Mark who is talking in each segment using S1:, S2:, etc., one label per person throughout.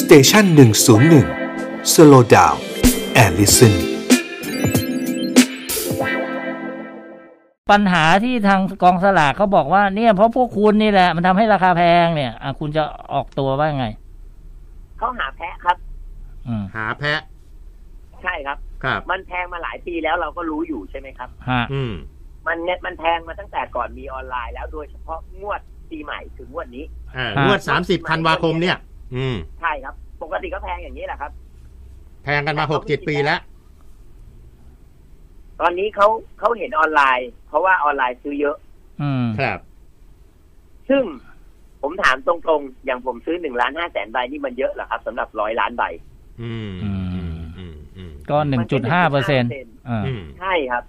S1: สเตชันหนึ่งศูนย์หนึ่งสโลดาวแอลลิสัน
S2: ปัญหาที่ทางกองสลากเขาบอกว่าเนี่ยเพราะพวกคุณนี่แหละ มันทำให้ราคาแพงเนี่ยอ่ะคุณจะออกตัวว่าไง
S3: เขาหาแพะครับ
S2: อืม
S4: หาแพะ
S3: ใช่ครับ
S4: ครับ
S3: มันแพงมาหลายปีแล้วเราก็รู้อยู่ใช่ไหมครับ
S2: ฮะ
S4: อืม
S3: มันเนี่ยมันแพงมาตั้งแต่ก่อนมีออนไลน์แล้วโดยเฉพาะงวดปีใหม่ถึงงวดนี้
S4: เอองวดสามสิบธันวาคมเนี่ย อืม
S3: ใช่ครับ ปกติก็แพงอย่างนี้แหละครับ
S4: แพงกันมาหกเจ็ดปีแล้ว
S3: ตอนนี้เขาเขาเห็นออนไลน์ เพราะว่าออนไลน์ซื้อเยอะ
S2: อืม
S4: ครับ
S3: ซึ่งผมถามตรงๆ อย่างผมซื้อหนึ่งล้านห้าแสนใบนี่มันเยอะเหรอครับสำหรับร้อยล้านใบ
S4: อืม
S2: อื
S4: อื
S2: ม
S4: ม อืม อืม
S2: ก็หนึ่งจุดห้าเปอร์เซ็นต์อ่า
S4: อืม
S3: ใช่ครับ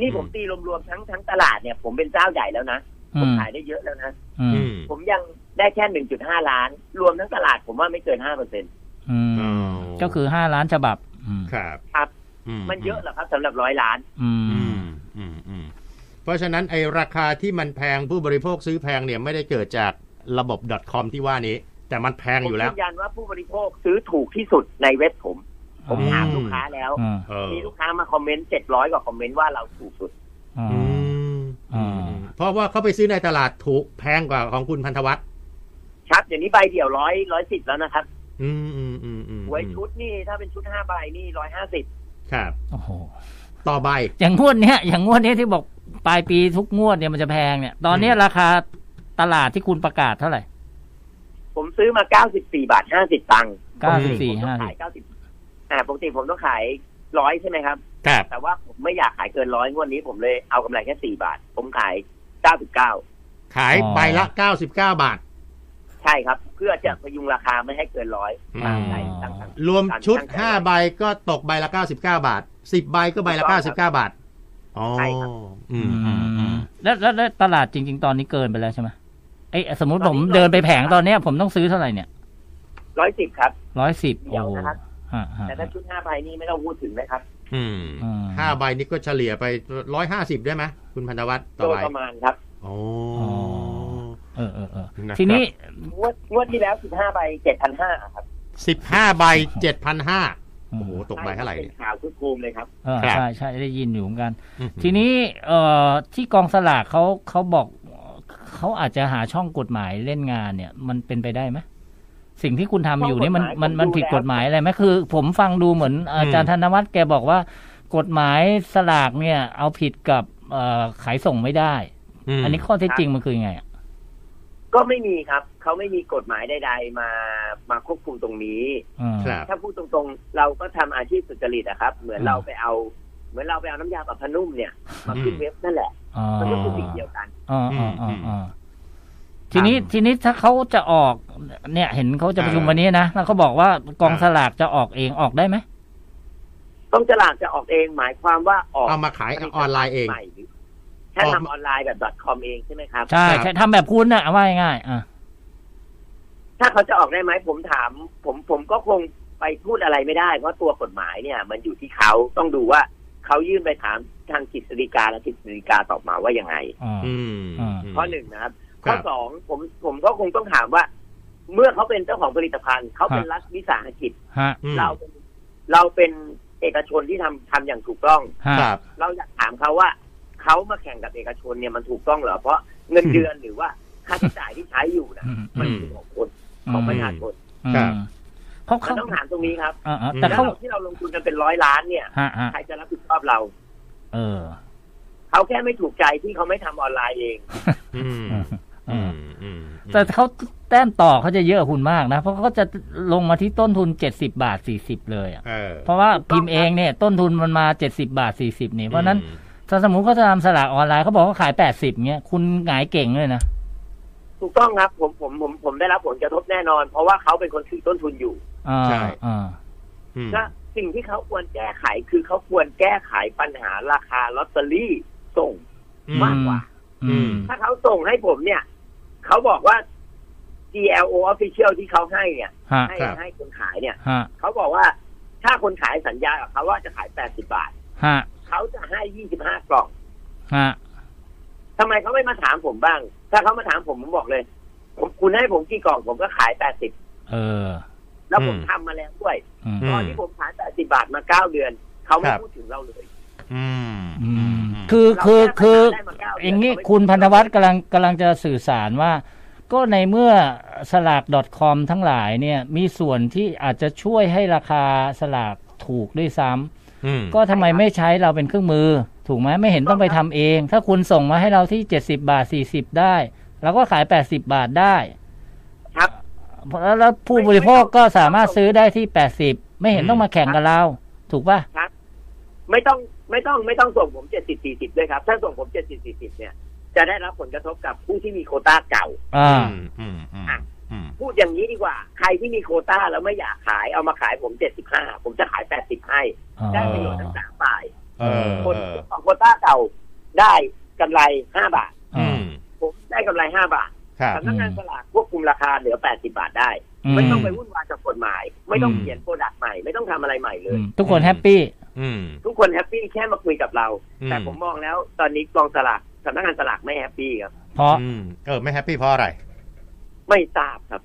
S3: นี่ผม
S4: อืม
S3: ตีรวมๆทั้งทั้งตลาดเนี่ย ผมเป็นเจ้าใหญ่แล้วนะ
S2: อื
S3: ผม
S2: ม
S3: ขายได้เยอะแล้วนะ
S2: อื
S4: อื
S2: ม
S4: ม
S3: ผมยังได้แค่หนึ่งจุดห้าล้าน รวมทั้งตลาดผมว่าไม่เกินห้าเปอร์เซ็น
S2: อืม
S4: อ๋อ
S2: ก็คือห้าล้านฉบับ อืม
S4: ครับ
S3: ครับ
S4: อื
S3: มันเยอะเหรอครับสำหรับร้อยล้าน
S2: อื
S4: อื
S2: ม
S4: ม อืม อืม เพราะฉะนั้นไอราคาที่มันแพงผู้บริโภคซื้อแพงเนี่ยไม่ได้เกิดจากระบบ .com ที่ว่านี้ แต่มันแพง
S3: ผม
S4: อยู่แล้ว
S3: ยืนยันว่าผู้บริโภคซื้อถูกที่สุดในเว็บผม ผมถาม
S4: อืม
S3: ลูกค้าแล้ว
S2: อืม
S4: เออ
S3: มีลูกค้ามาคอมเมนต์เจ็ดร้อยกว่าคอมเมนต์ว่าเราถูกสุด
S2: อื
S4: อื
S2: ม
S4: ม
S2: อ่า
S4: อืมเพราะว่าเขาไปซื้อในตลาดถูกแพงกว่าของคุณพันธวัฒน์
S3: ครับเดี๋ยวนี้ใบเดี่ยวร้อยร้อยสิบแล้วนะครับ
S4: อืมอืมอืมอืม
S3: หวยชุดนี่ถ้าเป็นชุดห้าใบนี่ร้อยห้าสิบ
S4: ครับ
S2: โอ้โห
S4: ต่อใบ
S2: อย่างงวดเนี้ย อย่างงวดเนี้ยที่บอกปลายปีทุกงวดเนี่ยมันจะแพงเนี่ย ตอนเนี้ย
S4: อืม
S2: ราคาตลาดที่คุณประกาศเท่าไหร่
S3: ผมซื้อมาเก้าสิบสี่บาทห้าสิบตังค์
S2: เก้าสิบสี่
S3: ผมต้อ
S2: ห้าง สิบ
S3: ขายเก้าสิบอ่าปกติผมต้องขายร้อยใช่ไหมครับ
S4: ครับ
S3: แต่ว่าผมไม่อยากขายเกินร้อยงวดนี้ผมเลยเอากำไรแค่สี่บาท ผมขายเก้าสิบเก้า
S4: ขายใบละ 99 บาท
S3: ใช่ครับ เพื่อจะพยุงราคาไม่ให้เกินร้อยตามใจตั้งใจ
S4: รวมชุด
S3: ตั้งแต่
S4: 5 ใบก็ตกใบละ 99 บาท 10 ใบก็ใบละ
S3: ถู
S4: 99
S3: ก
S4: บ
S3: ต้องครับ
S4: าท อ๋อ
S3: ใช่ครับ
S4: อืม
S2: อื
S4: อืมอื
S2: ม
S4: ม
S2: แล้วแล้วแล้วตลาดจริง ๆ ตอนนี้เกินไปแล้วใช่ไหมไอ้สมมติ
S3: ต
S2: ผ
S3: อน
S2: ม
S3: นี้
S2: เดินไปแผงตอนเนี้ย ผมต้องซื้อเท่าไหร่เนี่ย
S3: ร้อยสิบครับ
S2: ร้อยสิบ
S3: เดี๋
S2: โอ้
S3: ยว
S2: โห
S3: นะครับ
S2: ฮะฮะ
S3: แต่ถ้าชุดห้าใบนี่ไม่ต้องพูดถึงนะครับ
S4: อืมห้าใบนี้ก็เฉลี่ยไป 150 ได้ไหมคุณพันธวัฒน์ต่อ
S3: โด
S4: ใบ
S3: ยประมาณครับ
S4: โอ้
S2: เออเออเออ
S4: นะครับ
S2: ทีนี้
S3: งวดงวดที่แล้วสิบห้าใบเจ็ดพันห้าครับ
S4: 15 ใบ 7,500
S2: โอ้
S4: โอ้โห
S2: โห
S4: ตกใบเท่าไหร่
S3: เป็
S4: เนี่ย
S3: นข่าวคึกโครมเลยครับ
S4: ครับ
S2: ใช่ใช่ได้ยินอยู่เหมือนกัน ทีนี้เอ่อที่กองสลากเขาเขาบอกเขาอาจจะหาช่องกฎหมายเล่นงานเนี่ย มันเป็นไปได้ไหมสิ่งที่คุณทำอยู่เนี่ยมัน
S3: ช่องกฎ
S2: มัน
S3: หมายผม
S2: มัน
S3: ดู
S2: ผิด
S3: แล้ว
S2: กฎหมายอะไรไหมคือ ผมฟังดูเหมือนอาจารย์ธนวัฒน์แกบอกว่ากฎหมายสลากเนี่ย เอาผิดกับเอ่อขายส่งไม่ได้
S4: ม
S2: อันนี้ข้อเท็จจริงมันคือยังไงอะ
S3: ก็ไม่มีครับ เขาไม่มีกฎหมายใดๆมามาควบคุมตรงนี้
S2: อืม
S4: ครับ
S3: ถ้าพูดตรงๆ เราก็ทำอาชีพสุจริตนะครับ เหมือน
S2: อืม
S3: เราไปเอา เหมือนเราไปเอาน้ำยาปรับผ้านุ่มเนี่ย มาขึ้น
S4: อืม
S3: เว็บนั่นแหละ
S2: อ๋อ
S3: มันก็คือสิ่งเดียวกัน
S2: อ๋ออ๋ออ๋ออ๋อทีนี้
S4: ครับ
S2: ทีนี้ถ้าเขาจะออกเนี่ย เห็นเขาจะประชุม
S4: อ่า
S2: วันนี้นะแล้วเขาบอกว่ากองสลากจะออกเองออกได้ไหม
S3: ต้องจลากจะออกเองหมายความว่าออก
S4: เอามาขายออนไลน์เอง
S3: ใหม่หรือถ้า
S4: ออก
S3: ทำออนไลน์แบบ .com เองใช่ไหมครับ
S2: ใช่
S4: ครับ
S2: ใช่ทำแบบคุณน่ะเอาว่าง่ายๆอ่ะ
S3: ถ้าเขาจะออกได้ไหมผมถาม ผมผมก็คงไปพูดอะไรไม่ได้ เพราะตัวกฎหมายเนี่ย มันอยู่ที่เขาต้องดูว่าเขายื่นไปถามทางกฤษฎีกาและกฤษฎีกาตอบมาว่ายังไง
S4: อืม
S2: อ่า
S3: ข้อหนึ่งนะครับ
S4: ค
S3: ข้อ
S4: รับ
S3: สองผมผมก็คงต้องถามว่า เมื่อเขาเป็นเจ้าของผลิตภัณฑ์เขาเป็น
S2: ฮะ
S3: รัฐวิสาหกิจ
S2: ฮะ
S4: อืม
S3: เราเป็นเราเป็นเอกชนที่ทำทำอย่างถูกต้อง
S2: ฮะ
S4: ครับ
S3: เราอยากถามเขาว่าเขามาแข่งกับเอกชนเนี่ยมันถูกต้องเหรอเพราะเงินเดือนหรือว่าค่าใช้จ่ายที่ใช้อยู่นะ
S2: อืม
S3: มัน
S2: อืม
S3: คือของคนของประชาชน
S4: ครับ
S2: เขา
S3: มั
S2: เขา
S3: นต้องถามตรงนี้ครับ
S2: อ่าอ่าแต่
S3: แล้
S2: เขา
S3: วที่เราลงทุนกันเป็นร้อยล้านเนี่ย
S2: ฮะฮะ
S3: ใครจะรับผิดชอบเรา
S2: เออ
S3: เขาแค่ไม่ถูกใจที่เขาไม่ทำออนไลน์เอง
S4: อืม
S2: เออเอ
S4: อื
S2: อ
S4: มอืม
S2: แต่เขาแต้มต่อเขาจะเยอะคุณมากนะ เพราะเขาจะลงมาที่ต้นทุนเจ็ดสิบาทสี่สิบเลยอ่ะ
S4: เออ
S2: เพราะว่าพิมพ์เองเนี่ย ต้นทุนมันมาเจ็ดสิบาทสี่สิบนี่เพราะฉะนั้นถ้าสมมติเขาจะทำสลากออนไลน์เขาบอกว่าขายแปดสิบเงี้ยคุณหงายเก่งเลยนะ
S3: ถูกต้องครับผมผมผมผมได้รับผลกระทบแน่นอน เพราะว่าเขาเป็นคนถือต้นทุนอยู่
S2: อ่า
S4: ใช่
S2: อ่า
S4: อืม
S3: ก็สิ่งที่เขาควรแก้ไขคือเขาควรแก้ไขปัญหาราคาลอตเตอรี่ส่ง
S4: อื
S3: มากกว่า
S2: อืม
S3: ถ้าเขาส่งให้ผมเนี่ย เขาบอกว่า GLO official ที่เขาให้เนี่ย
S2: ฮะ
S3: ให้
S4: ครับ
S3: ให้คนขายเนี่ย
S2: ฮะ
S3: เขาบอกว่าถ้าคนขายสัญญากับเขาว่าจะขาย 80 บาท
S2: ฮะ
S3: เขาจะให้ 25 กล่อง
S2: ฮะ
S3: ทำไมเขาไม่มาถามผมบ้าง ถ้าเขามาถามผมผมบอกเลย ผมคุณให้ผมกี่กล่องผมก็ขาย 80
S2: เ เออ
S3: แล้วผม
S4: อืม
S3: ทำมาแล้วด้วย
S2: อืม
S3: ตอนที่ผมขายแปดสิบบาทมาเก้าเดือน เขาไม่
S4: ครับ
S3: พูดถึงเราเลย
S4: อืม
S2: อืม
S4: คือ
S2: คือ
S3: เรา
S2: คือ
S3: แก้ปัญหา
S2: คือ
S3: ได้มเก้
S2: อ
S3: เดื
S2: ย่างนี้
S3: เขไม่
S2: คุณพันธวัฒน์กำลังกำลังจะสื่อสารว่า ก็ในเมื่อสลาก .com ทั้งหลายเนี่ยมีส่วนที่อาจจะช่วยให้ราคาสลากถูกด้วยซ้ำก็ทำไมไม่ใช้เราเป็นเครื่องมือ ถูกไหมไม่เห็นต้องไปทำเอง ถ้าคุณส่งมาให้เราที่ 70 บาท 40 ได้เราก็ขาย 80 บาทได้
S3: ครับ
S2: แล้วแล้วผู้บริโภคก็สามารถซื้อได้ที่ 80 ไม่เห็นต้องมาแข่งกับเรา ถูกป่ะ
S3: ไม่ต้องไม่ต้องไม่ต้องส่งผมเจ็ดสิบสี่สิบด้วยครับ ถ้าส่งผมเจ็ดสิบสี่สิบเนี่ย จะได้รับผลกระทบกับผู้ที่มีโควต้าเก่า
S2: อ่า
S3: พูดอย่างนี้ดีกว่า ใครที่มีโควต้าแล้วไม่อยากขายเอามาขายผมเจ็ดสิบห้าผมจะขายแปดสิบให้ได้ประโยชน์ทั้งสามฝ่าย
S4: เออ
S3: คน
S4: เออ
S3: ที่ออกโควต้าเก่าได้กำไรห้าบาท
S4: อืม
S3: ผมได้กำไรห้าบาท
S4: ครับ
S3: สำนักงานสลากควบคุมราคาเหลือแปดสิบาทได้ ไม่ต้องไปวุ่นวายกับกฎหมาย ไม่ต้อง
S2: อืม
S3: เขียนโปรดักต์ใหม่ ไม่ต้องทำอะไรใหม่เลย
S2: อืมทุกคนแฮปปี้
S4: อืม
S3: ทุกคนแฮปปี้แค่มาคุยกับเรา
S4: อืม
S3: แต่ผมมองแล้ว ตอนนี้กองสลากสำนักงานสลากไม่แฮปปี้ครับ
S2: เพราะ
S4: อืมเออไม่แฮปปี้เพราะอะไร
S3: ไม่ทราบครับ